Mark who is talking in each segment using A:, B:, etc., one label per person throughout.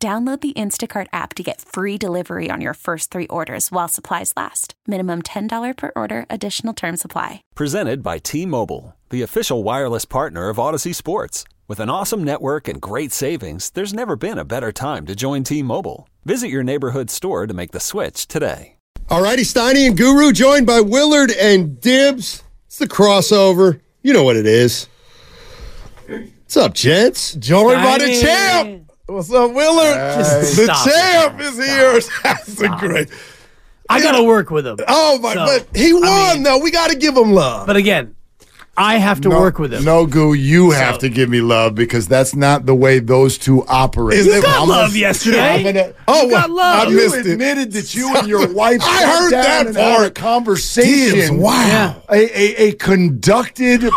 A: Download the Instacart app to get free delivery on your first three orders while supplies last. Minimum $10 per order, additional term supply.
B: Presented by T Mobile, the official wireless partner of Odyssey Sports. With an awesome network and great savings, there's never been a better time to join T Mobile. Visit your neighborhood store to make the switch today.
C: All righty, Steiny and Guru joined by Willard and Dibs. It's the crossover. You know what it is. What's up, gents? Joined by the
D: Steiny.
C: champ. What's up, Willard?
D: Just
C: the
D: stop it.
C: champ is here. That's a great.
D: I gotta work with him.
C: Oh my!
D: So,
C: but he won though. We got to give him love.
D: But again, I have to
E: No-
D: work with him.
E: No, Goo, you have to give me love because that's not the way those two operate.
C: Is You it- got
E: I'm
D: love
E: a-
D: yesterday.
E: I'm an-
C: oh,
D: You got love.
E: I
C: You
E: missed it.
C: admitted
E: that you and your wife.
C: I heard that part. Dibs,
E: conversation.
C: wow. Yeah.
E: A, a, a conducted,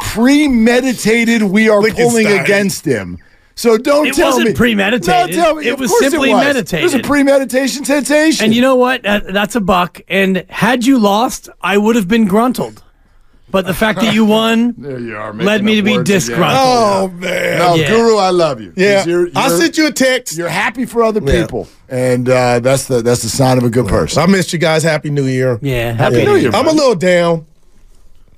E: premeditated. We are pulling
C: Lichtenstein.
E: against him. So don't
D: It
E: tell
D: wasn't
E: me.
D: premeditated.
E: No, tell me.
D: It
E: Of
D: was
E: course
D: simply
E: it was. It was a
D: meditated.
E: premeditation sensation.
D: and you know what? That, that's a buck. And had you lost, I would have been gruntled. But the fact that you won,
E: there you are.
D: Led me
E: making
D: to
E: up
D: be
E: words again.
D: disgruntled.
C: Oh man.
E: No,
D: Yeah.
E: Guru, I love you. 'Cause
C: yeah.
E: you're-
C: I
E: you're-
C: sent you a text.
E: You're happy for other
C: Yeah.
E: people, and uh, that's the that's the sign of a good person.
C: I missed you guys. Happy New Year.
D: yeah, happy
E: Yeah.
D: New Year.
C: I'm a little down.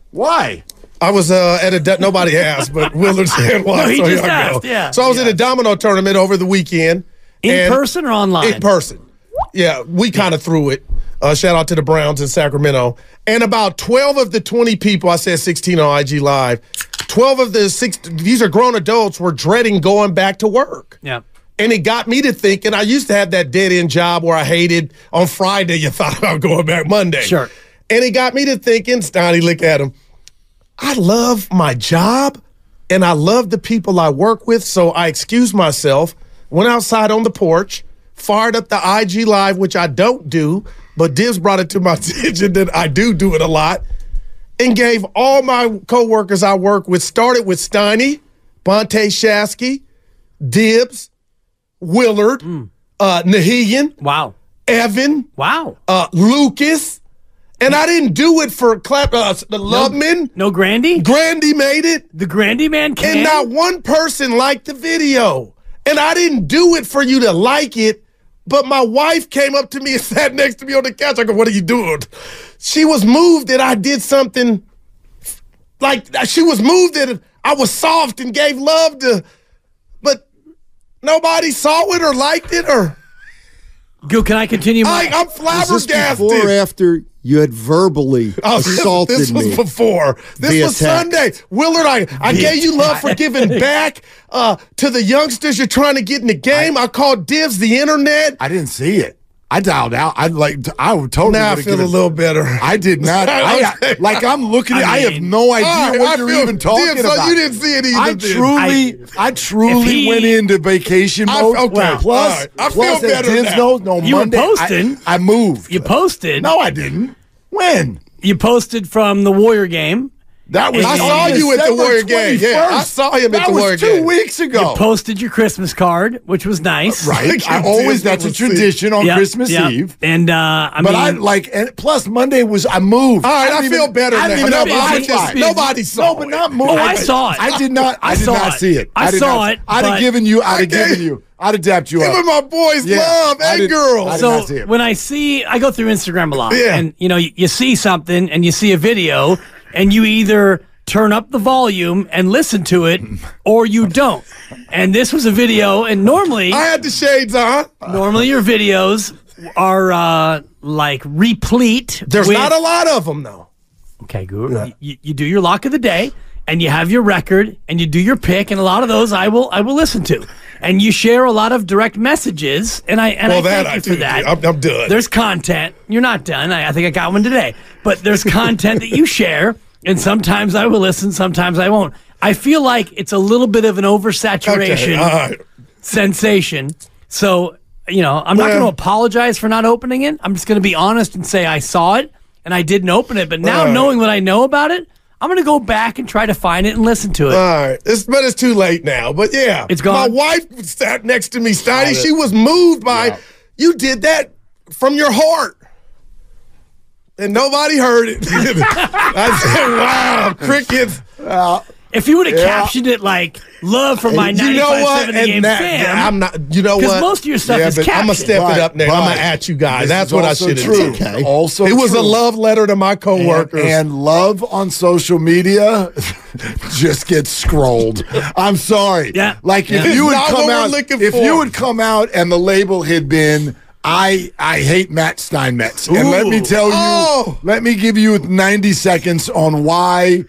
E: Why?
C: I was uh, at a do- nobody asked, but Willard said why.
D: No, he
C: so
D: just
C: here I go.
D: asked, yeah.
C: So I was
D: Yeah.
C: at a domino tournament over the weekend.
D: in
C: and-
D: person or online?
C: In person. Yeah, we kind of threw it. Uh, shout out to the Browns in Sacramento. And about 12 of the 20 people, I said 16 on IG Live, 12 of the six, these are grown adults, were dreading going back to work.
D: Yeah.
C: And it got me to think, and I used to have that dead end job where I hated on Friday, you thought about going back Monday.
D: Sure.
C: And it got me to thinking, Stoney, look at him. I love my job and I love the people I work with. So I excused myself, went outside on the porch, fired up the IG Live, which I don't do, but Dibs brought it to my attention that I do do it a lot, and gave all my coworkers I work with, started with Steiny, Bonte Shasky, Dibs, Willard, uh, Nahian,
D: Wow.
C: Evan,
D: Wow.
C: uh, Lucas. And I didn't do it for Clap, uh, the Loveman.
D: No Grandy?
C: Grandy made it,
D: the Grandy man can.
C: and not one person liked the video. And I didn't do it for you to like it, but my wife came up to me and sat next to me on the couch. I go, What are you doing? She was moved that I did something like uh, she was moved that I was soft and gave love to, but nobody saw it or liked it or
D: Goo, can I continue? My,
C: I, I'm
F: Was this
C: flabbergasted.
F: before or after you had verbally
C: Oh, this-
F: assaulted
C: this,
F: me?
C: was before. This
F: Via
C: was
F: text.
C: Sunday. Willard, I, I gave you love for giving back uh, to the youngsters you're trying to get in the game. I, called divs the internet.
E: I didn't see it. I dialed out. I like. I would totally.
C: now I
E: would've
C: feel a
E: given-
C: little better.
E: I did not. I,
C: Okay.
E: like I'm looking. at I, have
D: mean-
E: no idea
C: All right,
E: what
C: Ah, I
E: you're
C: feel-
E: even talking
C: Dibs, so
E: about.
C: you didn't see it either,
E: I
C: Dibs.
E: truly, I, truly
D: if he-
E: went into vacation
C: I-
E: mode.
C: okay,
E: Plus,
C: all right. I
E: plus
C: feel
E: that
C: better
E: Dibs
C: now.
E: knows no
D: You were
E: Monday. I-
D: posting.
E: I, moved.
D: you posted.
E: no, I didn't. When
D: You posted from the Warrior game.
E: that was.
D: I
E: on
D: saw
C: you at the
E: December
C: Warrior game. Yeah, I
E: 21st.
C: saw him at
E: That
C: the
E: was
C: Warrior
E: two
C: game.
E: weeks ago.
D: Posted your Christmas card, which was nice.
E: right. I always. That's a tradition on
D: Yep,
E: Christmas
D: yep.
E: Eve.
D: And uh, I
E: But
D: mean,
E: I like, and plus Monday was I moved.
C: All right, I,
E: don't
C: feel
E: even-
C: better
E: I
C: now.
E: didn't even know
C: Nobody,
D: I
E: my
D: just-
E: wife.
D: business.
C: nobody saw
E: No, but
C: it.
E: not more.
D: Oh, I saw it.
E: I did not. I,
D: I
E: did
D: saw
E: not
D: it.
E: see it.
D: I
E: did
D: saw
E: not-
D: it,
E: I'd
D: but-
E: have given you. I'd have
C: gave-
E: given you. I'd have dapped you
C: Giving
E: up.
C: my boys
E: Yeah,
C: love
E: I
C: and
E: didn't- I
C: girls.
E: didn't-
D: so
E: I see it.
D: when I see, I go through Instagram a lot,
C: Yeah.
D: and you know, you, you see something and you see a video, and you either turn up the volume and listen to it, or you don't. And this was a video, and normally,
C: I had the shades on.
E: Uh.
D: normally your videos are uh, like replete.
C: There's
D: with-
C: not a lot of them, though.
D: Okay, Guru. You, you do your lock of the day, and you have your record, and you do your pick, and a lot of those I will I will listen to, and you share a lot of direct messages, and I and
C: Well,
D: I thank
C: that I
D: you
C: do,
D: for that.
C: dude. I'm- I'm done.
D: There's content. You're not done. I, I think I got one today, but there's content that you share, and sometimes I will listen, sometimes I won't. I feel like it's a little bit of an
C: Okay, uh,
D: oversaturation
C: all right.
D: sensation. So you know, I'm not
C: Yeah.
D: going to apologize for not opening it. I'm just going to be honest and say I saw it and I didn't open it. But now
C: Right.
D: knowing what I know about it, I'm going to go back and try to find it and listen to it.
C: All right, it's, but it's too late now. But yeah,
D: It's gone.
C: My wife sat next to me, Stoney. She was moved by you did that from your heart, and nobody heard it. I said, "Wow, crickets."
D: if you would have captioned it like "Love from my
C: you know
D: 95.7
C: what?
D: The Game
C: that-
D: fam,"
C: yeah, I'm not. You know
D: 'Cause
C: what?
D: most of your stuff is
C: I'm gonna
D: captioned.
C: step it up
E: Right,
C: next. I'm
E: right.
C: gonna at you guys.
E: This
C: That's
E: is
C: what I
E: also
C: should have
E: true.
C: done.
E: Okay. Also
C: it was a
E: true.
C: love letter to my
E: And-
C: coworkers.
E: And, love on social media just gets scrolled. I'm sorry.
D: Yeah.
E: Like if
D: Yeah.
E: you would
C: Not what
E: come
C: we're
E: out,
C: looking
E: if
C: for.
E: you would come out and the label had been. I, I hate Matt Steinmetz. And let me
D: Ooh.
E: tell you,
C: Oh.
E: let me give you 90 seconds on why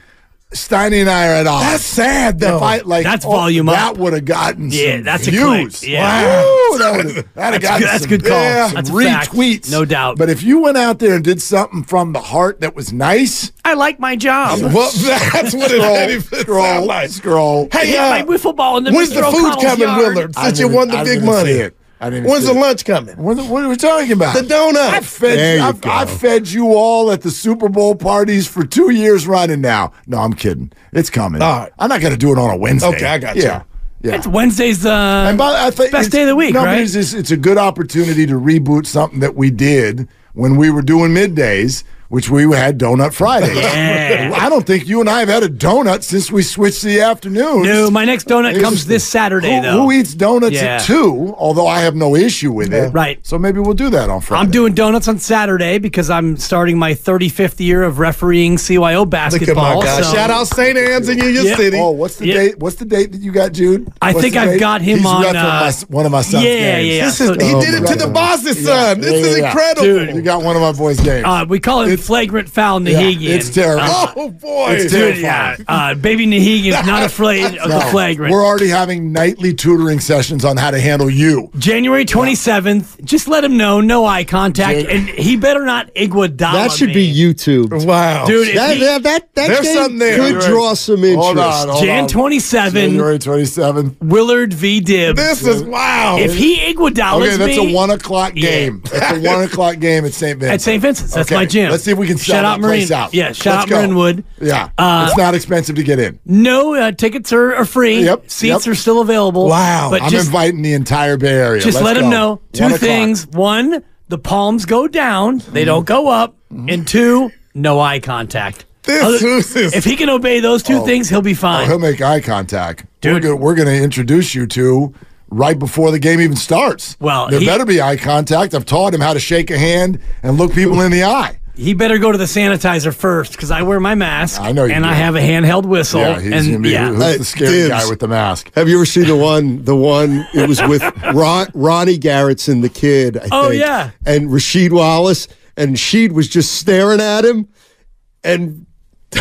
E: Steiny and I are at odds.
C: That's sad, though.
E: If I, like, oh,
D: That's volume up.
E: that would have gotten
D: Yeah,
E: some
D: that's a click.
E: views.
D: Yeah.
E: Wow. that would've- that'd have
D: That's
E: gotten
D: good- that's
E: some-
D: good call.
E: yeah,
D: That's
E: some
D: a fact.
E: retweets.
D: No doubt.
E: But if you went out there and did something from the heart that was nice,
D: I like my job.
C: well, that's what it didn't even sound
E: scroll,
C: like.
E: scroll.
C: Hey,
D: Hit
C: uh,
D: my wiffle ball in the
C: When's the
D: Mr.
C: food
D: O'Connell's
C: coming,
D: yard.
C: Willard?
E: I
C: Since
E: didn't
C: you
E: even-
C: won the
E: I
C: big
E: didn't
C: money.
E: see it. I didn't
C: When's
E: see
C: the
E: it.
C: lunch coming?
E: What, what are we talking about?
C: The donuts.
E: I fed
F: There
E: you,
F: you
E: I've,
F: go.
E: I've fed you all at the Super Bowl parties for two years running now. No, I'm kidding. It's coming.
C: All right.
E: I'm not going to do it on a Wednesday.
C: Okay, I got you.
E: yeah. you. Yeah.
D: It's Wednesday's. Uh,
E: And by, I think
D: best
E: it's-
D: day of the week,
E: no, but
D: right?
E: It's, just- it's a good opportunity to reboot something that we did when we were doing middays, which we had Donut Fridays.
D: Yeah.
E: I don't think you and I have had a donut since we switched the afternoon.
D: no, my next donut comes this Saturday
E: who,
D: though.
E: who eats donuts
D: Yeah.
E: at two? Although I have no issue with it.
D: Right.
E: So maybe we'll do that on Friday.
D: I'm doing donuts on Saturday because I'm starting my 35th year of refereeing CYO
C: Look at
D: basketball.
C: my guy.
D: so
C: Shout out St. Anne's in Union
D: Yeah.
C: City.
E: Oh, what's the
D: Yeah.
E: date? What's the date that you got, Jude?
D: I
E: What's
D: think
E: the
D: I've
E: date?
D: got him
E: He's
D: on,
E: reffing
D: uh,
E: my s- one of my son's
D: yeah,
E: games.
D: yeah,
C: This is,
D: so-
C: he
D: Oh
C: did
E: my
C: it to the
E: God.
C: boss's son. This
E: Yeah,
C: is
E: yeah, yeah.
C: incredible.
E: You got one of my boys' games.
D: Uh, we call it flagrant foul Nahigian.
E: Yeah, it's terrible.
D: Uh,
C: Oh boy!
E: It's
D: dude,
E: terrible.
D: yeah. Uh, baby Nahigian's not afraid of the
E: No,
D: flagrant.
E: We're already having nightly tutoring sessions on how to handle you.
D: January 27th, just let him know, no eye contact,
E: Dude.
D: and he better not Iguodala
F: That should
D: me.
F: be YouTube.
C: Wow,
D: Dude, if
F: That
D: he-
F: that that, that
C: There's
F: game
C: something there.
F: could
C: You're right.
F: draw some interest.
E: Hold on, hold
D: Jan
E: on.
D: 27,
E: January 27th.
D: Willard v. Dibb.
C: This is wow.
D: if he Iguodala's
E: Okay, that's
D: Oh, me
E: a one o'clock
D: Yeah.
E: game. That's a one o'clock game at St. Vincent.
D: at St. Vincent's, that's
E: Okay,
D: my gym.
E: Let's see if we can sell
D: shout out
E: that place
D: Marine.
E: out.
D: Yeah, shout
E: Let's
D: out
E: go.
D: Marinwood.
E: Yeah,
D: Uh,
E: it's not expensive to get in.
D: No, uh, tickets are, are free.
E: Yep,
D: Seats
E: yep.
D: are still available.
C: Wow,
D: But
E: I'm
D: just,
E: inviting the entire Bay Area.
D: just
E: Let's
D: let him
E: go.
D: know
E: One
D: two
E: o'clock.
D: things. One, the palms go down, they don't go up.
E: Mm-hmm.
D: And two, no eye contact.
C: this,
D: Other-
C: this is
D: if he can obey those two things, he'll be fine.
E: Oh, he'll make eye contact. We're
D: Dude.
E: gonna, we're going to introduce you to right before the game even starts.
D: Well,
E: there
D: he-
E: better be eye contact. I've taught him how to shake a hand and look people in the eye.
D: He better go to the sanitizer first because I wear my mask.
E: I know you
D: and I
E: do.
D: have a handheld whistle.
E: Yeah, he's
D: and
E: gonna be
D: yeah,
E: who- who's
F: Hey,
E: the scary
F: Dibs.
E: guy with the mask.
F: Have you ever seen the one? The one it was with Ron, Ronnie Garrettson, the kid. I
D: Oh,
F: think,
D: yeah.
F: and Rasheed Wallace, and Sheed was just staring at him, and, and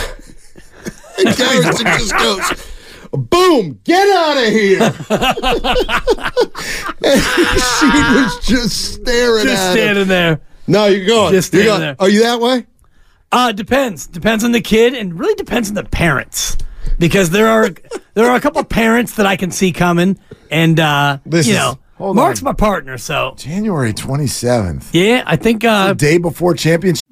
F: Garrettson just goes, "Boom, get out of here!" and Sheed was just staring
D: just
F: at him.
D: standing there.
F: No, you're going.
D: Just
F: you're
D: standing there.
F: going. Are you that way?
D: Uh, depends. Depends on the kid, and really depends on the parents, because there are there are a couple parents that I can see coming, and uh,
E: This
D: you
E: is-
D: know,
E: hold
D: Mark's
E: on.
D: my partner, so
E: January 27th,
D: yeah, I think uh,
E: day before championship.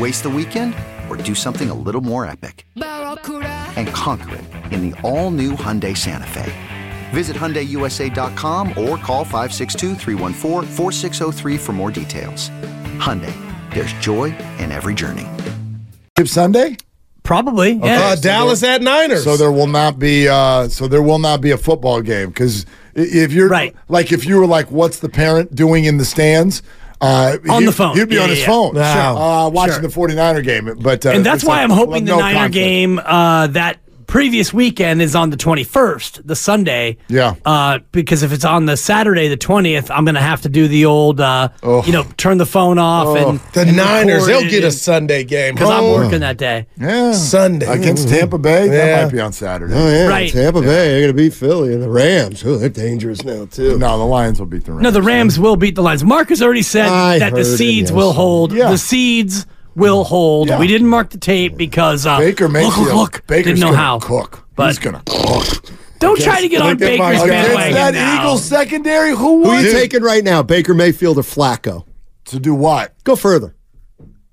G: Waste the weekend or do something a little more epic? And conquer it in the all new Hyundai Santa Fe. Visit HyundaiUSA.com or call 562-314-4603 for more details. Hyundai, there's joy in every journey.
E: Chip Sunday.
D: Probably. Yeah.
C: Uh, Dallas at Niners.
E: So there will not be. Uh, so there will not be a football game because if you're
D: Right.
E: like if you were like, what's the parent doing in the stands? Uh,
D: On
E: he-
D: the phone.
E: He'd be
D: Yeah,
E: on
D: yeah,
E: his
D: yeah.
E: phone.
C: Wow.
E: Uh, watching
D: Sure.
E: the 49er game. But uh,
D: and that's
E: it's
D: why
E: like,
D: I'm hoping the
E: no
D: Niner
E: conflict.
D: game uh, that previous weekend is on the 21st, the Sunday.
E: Yeah.
D: Uh, because if it's on the Saturday, the 20th, I'm going to have to do the old, uh, you know, turn the phone off and
C: the
D: and
C: Niners,
D: record
C: they'll
D: it
C: get a
D: and-
C: Sunday game.
D: because I'm
C: Home
D: working that day.
E: Yeah.
C: Sunday.
E: Against Tampa Bay?
C: Yeah.
E: That might be on Saturday.
F: Mm-hmm. Oh yeah,
D: Right.
F: Tampa Bay. They're gonna beat Philly and the Rams. Oh, they're dangerous now too.
E: No, the Lions will beat the Rams.
D: No, the Rams will beat the Lions. Mark has already said
F: I
D: that the
F: heard him
D: seeds will
F: yesterday.
D: hold.
E: Yeah.
D: The seeds will hold.
E: Yeah.
D: We didn't mark the tape because uh,
E: Baker
D: look,
E: Mayfield.
D: look, look,
E: Baker's
D: didn't know
E: gonna
D: how.
E: cook.
D: but-
E: He's gonna cook.
D: Don't try to get on
C: Against-
D: Baker's
C: against
E: Against
D: bandwagon
E: that
D: now.
E: Eagles secondary, who
F: Who are
E: wants
F: you taking right now? Baker Mayfield or Flacco?
E: to do what?
F: Go further.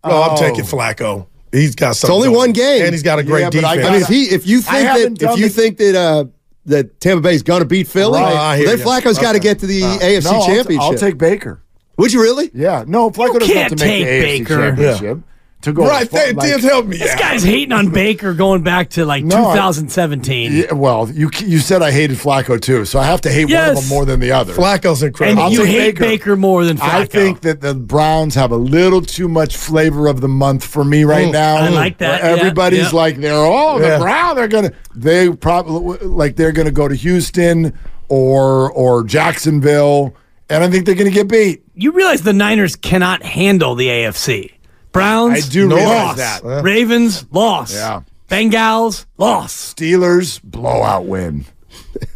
C: Oh, I'm taking Flacco. He's got something.
F: only
C: going.
F: one game.
C: and he's got a great
E: Yeah, but I
C: defense.
F: I mean, if he if you
E: I
F: think
E: haven't
F: that if
E: done
F: you
E: the-
F: think that uh, that Tampa Bay's gonna beat Philly,
E: Right.
C: Oh, I hear
F: then
C: you.
F: Flacco's got to get to the AFC
E: No, I'll t-
F: uh, Championship.
E: I'll, take Baker.
F: Would you really?
E: Yeah. No, Flacco doesn't have
D: can't
E: to make the
D: take
E: AFC
D: Baker.
E: Championship. To go
C: right,
E: far-
C: they
E: like-
C: did help me.
D: This
C: out.
D: guy's hating on Baker going back to like
E: No, I-
D: 2017.
E: Yeah, well, you you said I hated Flacco too, so I have to hate one of
D: Yes.
E: them more than the other.
C: Flacco's
D: and
C: incredible.
E: I'll
D: you
E: take
D: hate Baker.
E: Baker.
D: more than Flacco.
E: I think that the Browns have a little too much flavor of the month for me right now.
D: Mm. I like that,
E: Where
D: yeah,
E: Everybody's
D: yeah.
E: like, they're all
C: Yeah.
E: the Brown. They're gonna, they probably like they're gonna go to Houston or or Jacksonville, and I think they're gonna get beat.
D: you realize the Niners cannot handle the AFC.
E: I
D: Browns
E: do
D: loss.
E: realize that.
D: Ravens loss.
E: Yeah.
D: Bengals loss.
E: Steelers blowout win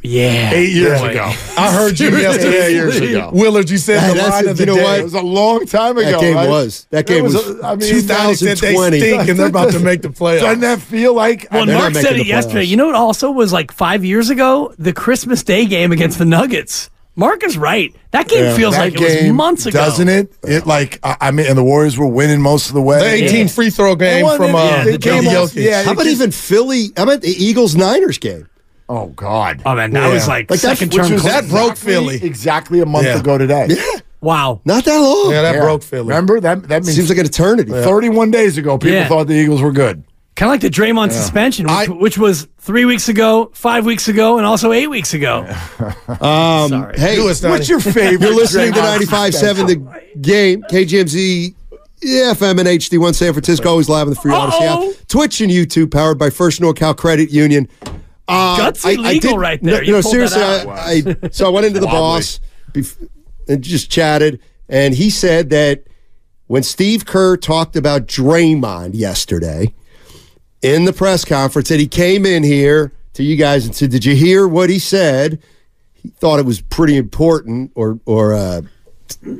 D: Yeah.
E: eight years
D: Boy.
E: ago.
C: I heard you yesterday.
E: Eight years ago.
C: Willard, you said
F: Hey,
C: the
F: that's-
C: line of the
F: you know
C: day.
F: what?
E: It was a long time ago.
F: That game
E: right?
F: was. That
E: It
F: game was.
E: a- I mean,
C: 2000 said they
F: 2020.
C: stink and they're about to make the playoffs.
E: Doesn't that feel like?
D: Well,
E: I mean,
D: Mark
F: making
D: said it
F: the
D: yesterday.
F: playoffs.
D: You know what also was like five years ago? The Christmas Day game against the Nuggets. Mark is right. That game feels
E: that
D: like it was
E: game,
D: months ago.
E: doesn't it? It like I, I mean, and the Warriors were winning most of the way.
C: The 18
D: Yeah.
C: free throw
E: They
C: game
E: won
C: from
E: it.
C: uh,
D: Yeah, they
C: Johnny
D: came
E: off-
C: Jokic.
E: yeah,
F: How about even Philly? How about the Eagles Niners game?
E: Oh God.
D: Oh, man. That
C: Yeah.
D: was like,
F: Like, that's-
D: second
F: which
D: term.
E: was
D: cl-
C: that broke
E: exactly-
C: Philly.
E: exactly a month
C: Yeah.
E: ago today.
D: wow.
F: Not that long.
C: Yeah, that broke Philly.
E: Remember that? That means
F: Seems like an eternity.
E: 31 days ago. People
D: Yeah.
E: thought the Eagles were good.
D: Kind of like the Draymond suspension, which, which was three weeks ago, five weeks ago, and also eight weeks ago.
F: Um, Hey,
C: Do us, Donnie.
E: What's your favorite?
F: You're listening to
E: Draymond
F: 95.7 The Game, KGMZ, FM and HD1 San Francisco, always live on the Free Odyssey
D: Uh-oh.
F: app. Twitch and YouTube, powered by First NorCal Credit Union. Uh,
D: Gutsy legal right there.
F: No,
D: You
F: no,
D: pulled
F: seriously.
D: that out.
F: I, I, so I went into the boss bef- and just chatted, and he said that when Steve Kerr talked about Draymond yesterday in the press conference, that he came in here to you guys and said, "Did you hear what he said?" He thought it was pretty important, or or uh, uh,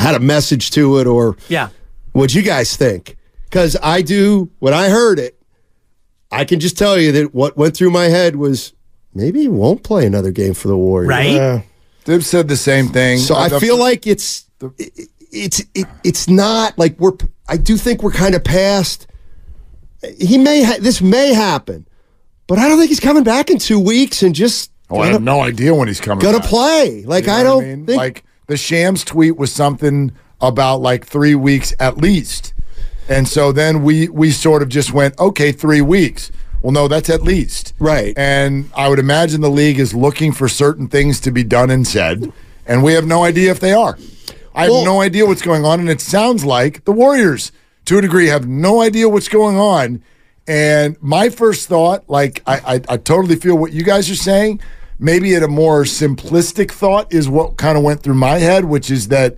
F: had a message to it, or
D: Yeah.
F: what you guys think? Because I do when I heard it. I can just tell you that what went through my head was maybe he won't play another game for the Warriors.
D: Right?
E: They've said the same thing.
F: So I
E: The-
F: feel like it's it- it's it, it's not like we're. I do think we're kind of past. He may ha- this may happen, but I don't think he's coming back in two weeks and just
E: Oh, I have no idea when he's coming.
F: gonna
E: back.
F: play. Like
E: You know
F: I
E: what
F: don't
E: mean?
F: think.
E: like the Shams tweet was something about like three weeks at least, and so then we we sort of just went okay three weeks. Well, no, that's at least
F: Right.
E: And I would imagine the league is looking for certain things to be done and said, and we have no idea if they are. I have
F: Well-
E: no idea what's going on, and it sounds like the Warriors, to a degree, have no idea what's going on, And my first thought, like I, I, I totally feel what you guys are saying. Maybe at a more simplistic thought is what kind of went through my head, which is that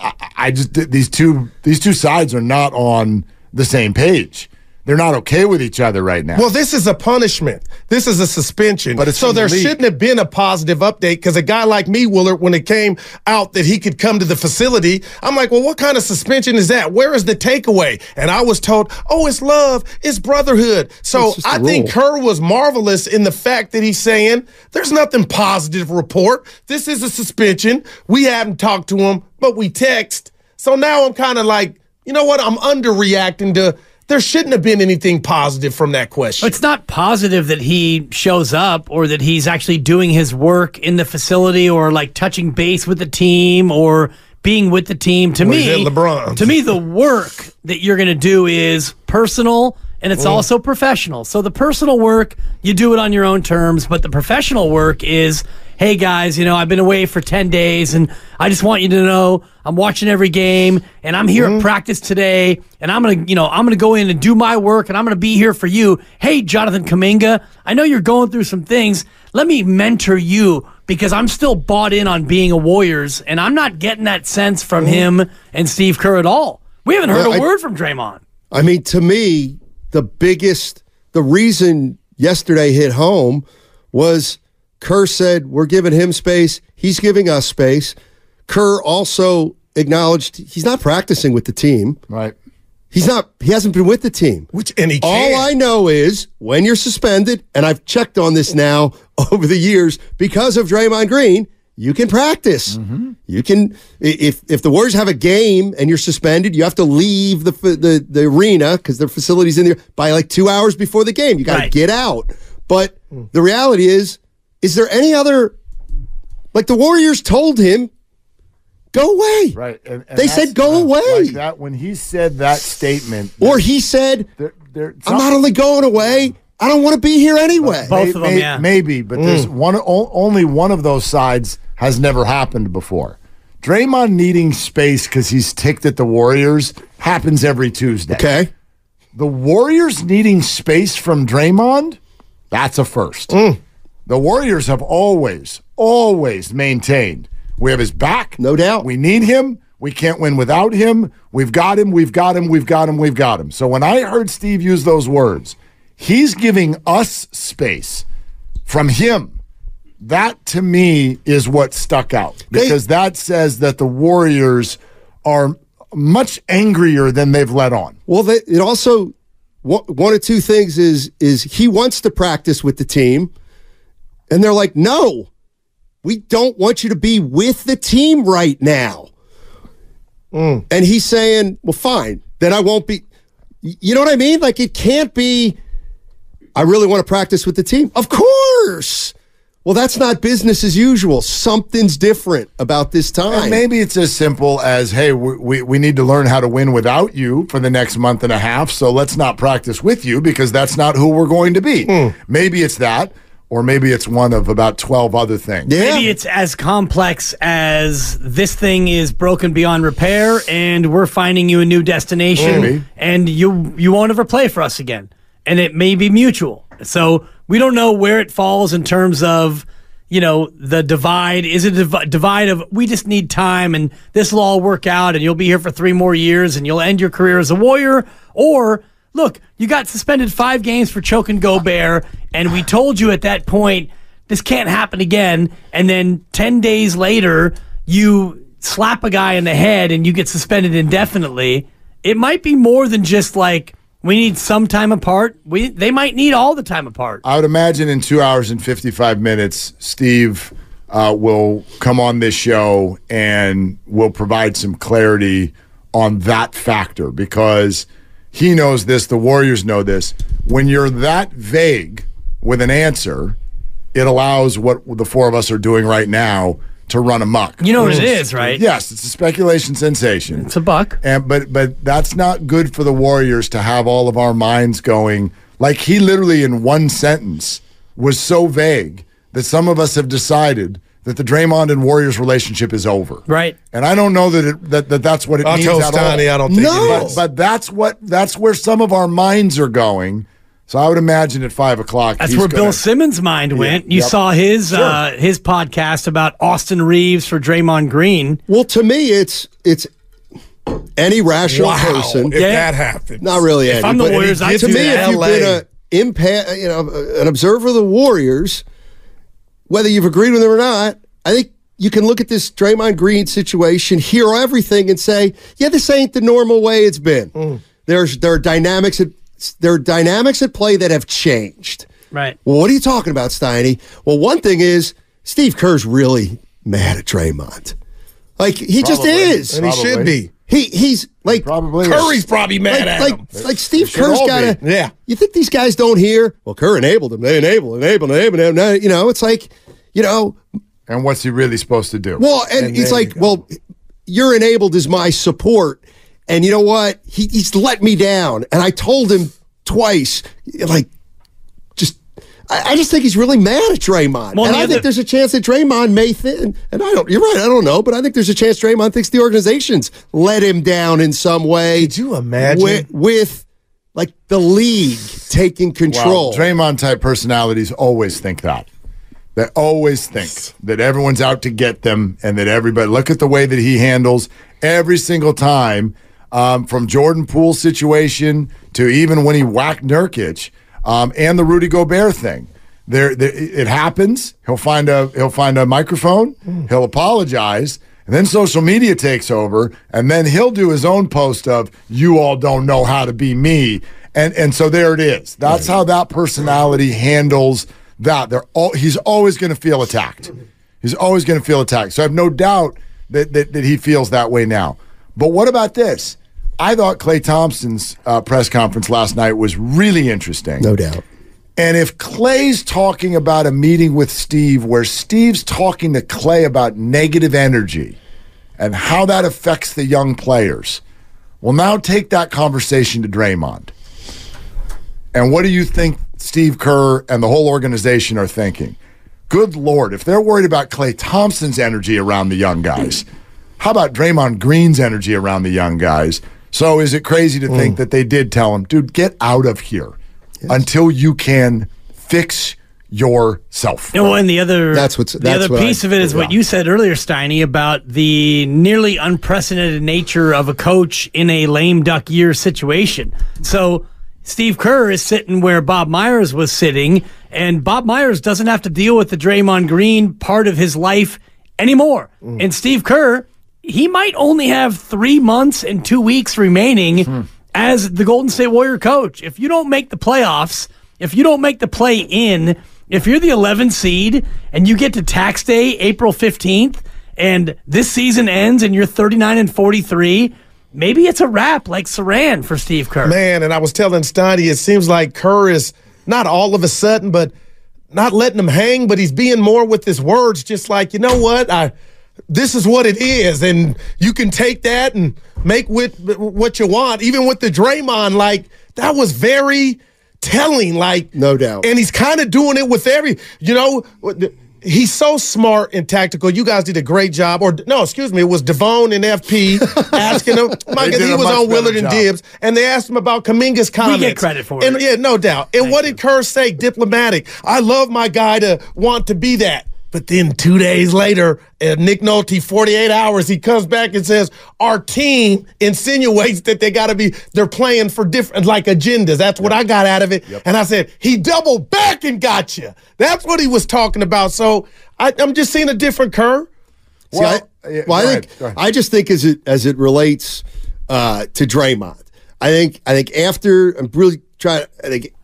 E: I, I just these two these two sides are not on the same page. They're not okay with each other right now.
C: Well, this is a punishment. This is a suspension.
E: But it's
C: so
E: from the
C: there
E: league.
C: shouldn't have been a positive update because a guy like me, Willard, when it came out that he could come to the facility, I'm like, well, what kind of suspension is that? Where is the takeaway? And I was told, oh, it's love, it's brotherhood. So
F: It's just a
C: I think
F: rule.
C: Kerr was marvelous in the fact that he's saying there's nothing positive to report. This is a suspension. We haven't talked to him, but we text. So now I'm kind of like, you know what? I'm underreacting to. There shouldn't have been anything positive from that question.
D: It's not positive that he shows up or that he's actually doing his work in the facility or like touching base with the team or being with the team. To
C: What
D: me,
C: is it, LeBron?
D: To me, the work that you're going to do is personal and
C: Mm.
D: it's also professional. So the personal work you do it on your own terms, but the professional work is, hey guys, you know I've been away for ten days and I just want you to know I'm watching every game and I'm here at
C: Mm-hmm.
D: practice today and I'm gonna you know I'm gonna go in and do my work and I'm gonna be here for you. Hey Jonathan Kaminga, I know you're going through some things. Let me mentor you because I'm still bought in on being a Warriors and I'm not getting that sense from him and Steve Kerr at all. We haven't heard
F: Well,
D: a
F: I-
D: word from Draymond.
F: I mean, to me, the biggest, the reason yesterday hit home was Kerr said, We're giving him space. He's giving us space. Kerr also acknowledged he's not practicing with the team.
E: right.
F: He's not, he hasn't been with the team.
C: Which and he
F: All
C: can't.
F: I know is when you're suspended, and I've checked on this now over the years because of Draymond Green, you can practice. You can i- if if the Warriors have a game and you're suspended, you have to leave the fa- the, the arena because their facilities in there by like two hours before the game. You got to
D: Right.
F: get out. But the reality is, is there any other like the Warriors told him, go away,
E: Right. And, and
F: They
E: that's-
F: said, "Go
E: uh,
F: away."
E: Like that when he said that statement,
F: or he said,
E: there, there,
F: I'm not only going away, I don't want to be here anyway.
D: Both of them, yeah.
E: Maybe, but there's
F: Mm.
E: one. O- only one of those sides has never happened before. Draymond needing space because he's ticked at the Warriors happens every Tuesday.
F: Okay.
E: The Warriors needing space from Draymond, that's a first.
F: Mm.
E: The Warriors have always, always maintained we have his back.
F: No doubt.
E: We need him. We can't win without him. We've got him. We've got him. We've got him. We've got him. So when I heard Steve use those words, he's giving us space from him. That to me is what stuck out because that says that the Warriors are much angrier than they've let on.
F: Well, they, it also one one of two things is is he wants to practice with the team, and they're like, no, we don't want you to be with the team right now.
E: Mm.
F: And he's saying, well, fine, then I won't be. Y- You know what I mean? Like it can't be. I really want to practice with the team. Of course. Well, that's not business as usual. Something's different about this time.
E: And maybe it's as simple as, hey, we, we, we need to learn how to win without you for the next month and a half. So let's not practice with you because that's not who we're going to be. Maybe it's that, or maybe it's one of about 12 other things.
F: yeah.
D: Maybe it's as complex as this thing is broken beyond repair, and we're finding you a new destination,
E: Maybe.
D: and you you won't ever play for us again, and it may be mutual. So we don't know where it falls in terms of you know the divide. Is it a div- divide of we just need time, and this will all work out, and you'll be here for three more years, and you'll end your career as a warrior, or Look, you got suspended five games for choking Gobert, and we told you at that point this can't happen again. And then ten days later, you slap a guy in the head and you get suspended indefinitely. It might be more than just like we need some time apart. We they might need all the time apart.
E: I would imagine in two hours and 55 minutes, Steve uh, will come on this show and will provide some clarity on that factor because he knows this, the Warriors know this. When you're that vague with an answer, it allows what the four of us are doing right now to run amok.
D: You know what it is, right?
E: Yes, it's a speculation sensation.
D: it's a buck.
E: And but but that's not good for the Warriors to have all of our minds going. Like he literally in one sentence was so vague that some of us have decided that the Draymond and Warriors relationship is over.
D: Right.
E: And I don't know that it, that, that that's what it
C: I
E: means
C: told
E: at all.
C: Stoney I don't think
F: No.
C: it
E: But,
C: is.
E: but that's what that's where some of our minds are going So I would imagine at five o'clock.
D: That's
E: he's
D: where
E: gonna-
D: Bill Simmons' mind went. You
E: yep.
D: saw his uh, his podcast about Austin Reeves for Draymond Green.
F: Well, to me, it's it's any rational
C: Wow,
F: person.
C: if
D: Yeah.
C: that happens.
F: Not really.
D: If
F: any,
D: I'm the
F: but
D: Warriors, I
F: to
D: do
F: me,
D: that.
F: if you've
C: LA.
F: been a impa- you know, an observer of the Warriors, whether you've agreed with them or not, I think you can look at this Draymond Green situation, hear everything, and say, yeah, this ain't the normal way it's been.
D: Mm.
F: There's there are dynamics at there are dynamics at play that have changed.
D: Right.
F: Well, what are you talking about, Steiny? Well, one thing is Steve Kerr's really mad at Draymond. Like he just is.
C: And he should be.
F: He he's like
E: Probably.
C: Curry's probably mad at
F: like,
C: him.
F: like, like Steve
E: should
F: Kerr's
E: all
F: got to.
E: be.
C: Yeah.
F: You think these guys don't hear? Well, Kerr enabled them. They enable, enable, enable, enable. You know, it's like, you know,
E: And what's he really supposed to do?
F: well, and, it's like, well, you're enabled is my support, and you know what? He, he's let me down, and I told him twice, like, just. I I just think he's really mad at Draymond,
D: Well,
F: and
D: the
F: I
D: other-
F: think there's a chance that Draymond may think, and I don't. You're right, I don't know, but I think there's a chance Draymond thinks the organization's let him down in some way.
C: Could you imagine?
F: with, with like the league taking control?
E: Well, Draymond type personalities always think that. They always think that everyone's out to get them and that everybody look at the way that he handles every single time um, from Jordan Poole situation to even when he whacked Nurkic um, and the Rudy Gobert thing. There, there, it happens. He'll find a he'll find a microphone. He'll apologize, and then social media takes over, and then he'll do his own post of "You all don't know how to be me," and and so there it is. That's how that personality handles that. They're all, he's always going to feel attacked. He's always going to feel attacked. So I have no doubt that, that that he feels that way now. But what about this? I thought Clay Thompson's uh, press conference last night was really interesting.
F: no doubt.
E: And if Clay's talking about a meeting with Steve where Steve's talking to Clay about negative energy and how that affects the young players, well, now take that conversation to Draymond. And what do you think Steve Kerr and the whole organization are thinking? Good Lord, if they're worried about Clay Thompson's energy around the young guys, how about Draymond Green's energy around the young guys? So is it crazy to think that they did tell him, dude, get out of here until you can fix yourself?
D: No, and the other
F: That's what's-
D: the
F: that's
D: other
F: what I-
D: piece of it is what you said earlier, Steiny, about the nearly unprecedented nature of a coach in a lame duck year situation. So Steve Kerr is sitting where Bob Myers was sitting, and Bob Myers doesn't have to deal with the Draymond Green part of his life anymore.
F: Mm.
D: And Steve Kerr, he might only have three months and two weeks remaining as the Golden State Warrior coach. If you don't make the playoffs, if you don't make the play in, if you're the 11 seed and you get to tax day April 15th and this season ends and you're 39 and 43, maybe it's a wrap like Saran for Steve Kerr.
C: Man, and I was telling Stoney, it seems like Kerr is not all of a sudden, but not letting him hang, but he's being more with his words, just like, you know what? I this is what it is, and you can take that and make with what you want. Even with the Draymond, like that was very telling, like
F: No doubt.
C: And he's kind of doing it with every, you know, what the- he's so smart and tactical. You guys did a great job, or no, excuse me, it was Devone and FP asking him. My
E: They
C: God,
E: did
C: he
E: a
C: was
E: much
C: on Willard
E: better
C: and
E: job.
C: Gibbs, and they asked him about Kaminga's comments.
D: credit for
C: and,
D: it.
C: Yeah, no doubt. And what did Kerr say? Diplomatic. I love my guy to want to be that. But then two days later, uh, Nick Nolte, 48 hours, he comes back and says, Our team insinuates that they got to be, they're playing for different, like agendas. That's what I got out of it. And I said, He doubled back and got you. That's what he was talking about. So I, I'm just seeing a different Kerr.
F: See, I-
E: Well, uh, yeah,
F: well, I
E: go
F: think
E: ahead, go ahead.
F: I just think as it as it relates uh, to Draymond, I think I think after I'm really trying. I think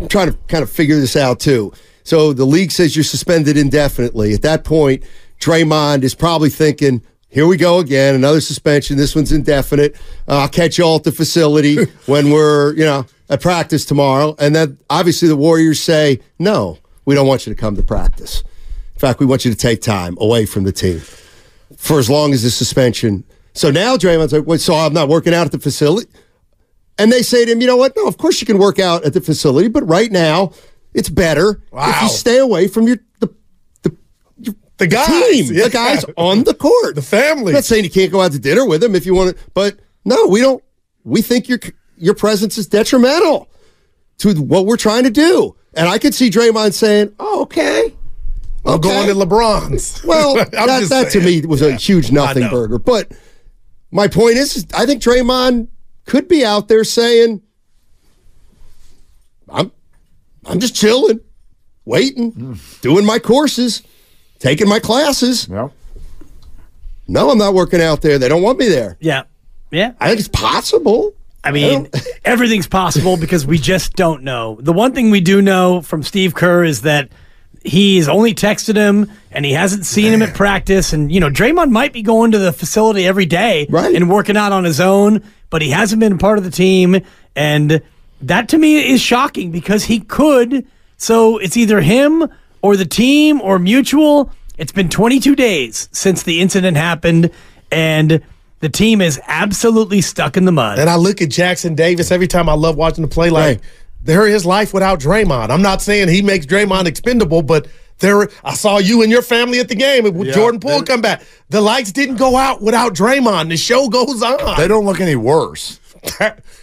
F: I'm trying to kind of figure this out too. So the league says you're suspended indefinitely. At that point, Draymond is probably thinking, "Here we go again, another suspension. This one's indefinite. Uh, I'll catch y'all at the facility when we're you know at practice tomorrow." And then obviously the Warriors say, "No, we don't want you to come to practice. In fact, we want you to take time away from the team." for as long as the suspension. So now Draymond's like, wait, so I'm not working out at the facility? And they say to him, you know what? No, of course you can work out at the facility, but right now it's better if
C: Wow.
F: you stay away from your the, the, your
C: The guys.
F: team,
C: Yeah.
F: the guys on the court,
C: The family.
F: I'm not saying you can't go out to dinner with them if you want to, but no, we don't. We think your your presence is detrimental. to what we're trying to do. And I could see Draymond saying, oh, okay.
C: I'm going
F: okay."
C: to LeBron's.
F: Well,
C: I'm
F: that,
C: just
F: that to
C: saying.
F: me was a huge nothing
C: know.
F: burger. But my point is, is I think Draymond could be out there saying, "I'm, I'm just chilling, waiting,
C: Mm.
F: doing my courses, taking my classes.
E: Yeah.
F: No, I'm not working out there. They don't want me there.
D: Yeah. Yeah.
F: I think it's possible.
D: I mean,
F: don't-
D: everything's possible because we just don't know. The one thing we do know from Steve Kerr is that he's only texted him and he hasn't seen him at practice. And, you know, Draymond might be going to the facility every day
F: Right.
D: and working out on his own, but he hasn't been part of the team. And that to me is shocking because he could. So it's either him or the team or mutual. It's been 22 days since the incident happened, and the team is absolutely stuck in the mud.
C: And I look at Jackson Davis every time I love watching the play. Like
F: Right.
C: there is life without Draymond. I'm not saying he makes Draymond expendable, but there. I saw you and your family at the game. and Jordan Poole
E: they-
C: come back. The lights didn't go out without Draymond. The show goes on.
E: They don't look any worse.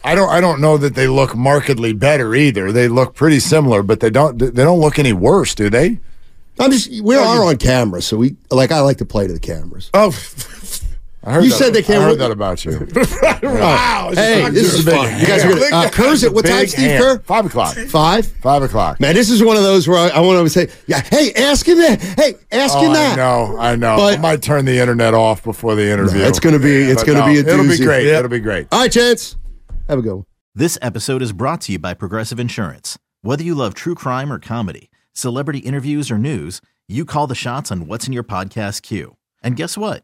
E: I don't. I don't know that they look markedly better either. They look pretty similar, but they don't. They don't look any worse, do they?
F: I'm just we are on camera, so we like I like to play to the cameras.
C: oh,
E: I heard
F: You
E: that-
F: said they can't
E: I heard
F: look-
E: that about you.
C: wow. It's
F: Hey,
C: not
F: this
C: good.
F: is big. You guys are good. Uh, Kerr's at what time,
E: Big
F: Steve
E: hand.
F: Kerr?
E: Five o'clock.
F: Five.
E: Five o'clock.
F: Man, this is one of those where I, I want to say, yeah, hey, ask him that. Hey, ask
E: Oh,
F: him
E: I
F: that.
E: know, I know.
F: But-
E: I might turn the internet off before the interview.
F: it's gonna be- it's
E: But
F: gonna be a
E: It'll be
F: doozy.
E: great.
F: Yep.
E: It'll be great.
F: All right, Chance. Have a go.
H: This episode is brought to you by Progressive Insurance. Whether you love true crime or comedy, celebrity interviews or news, you call the shots on what's in your podcast queue. And guess what?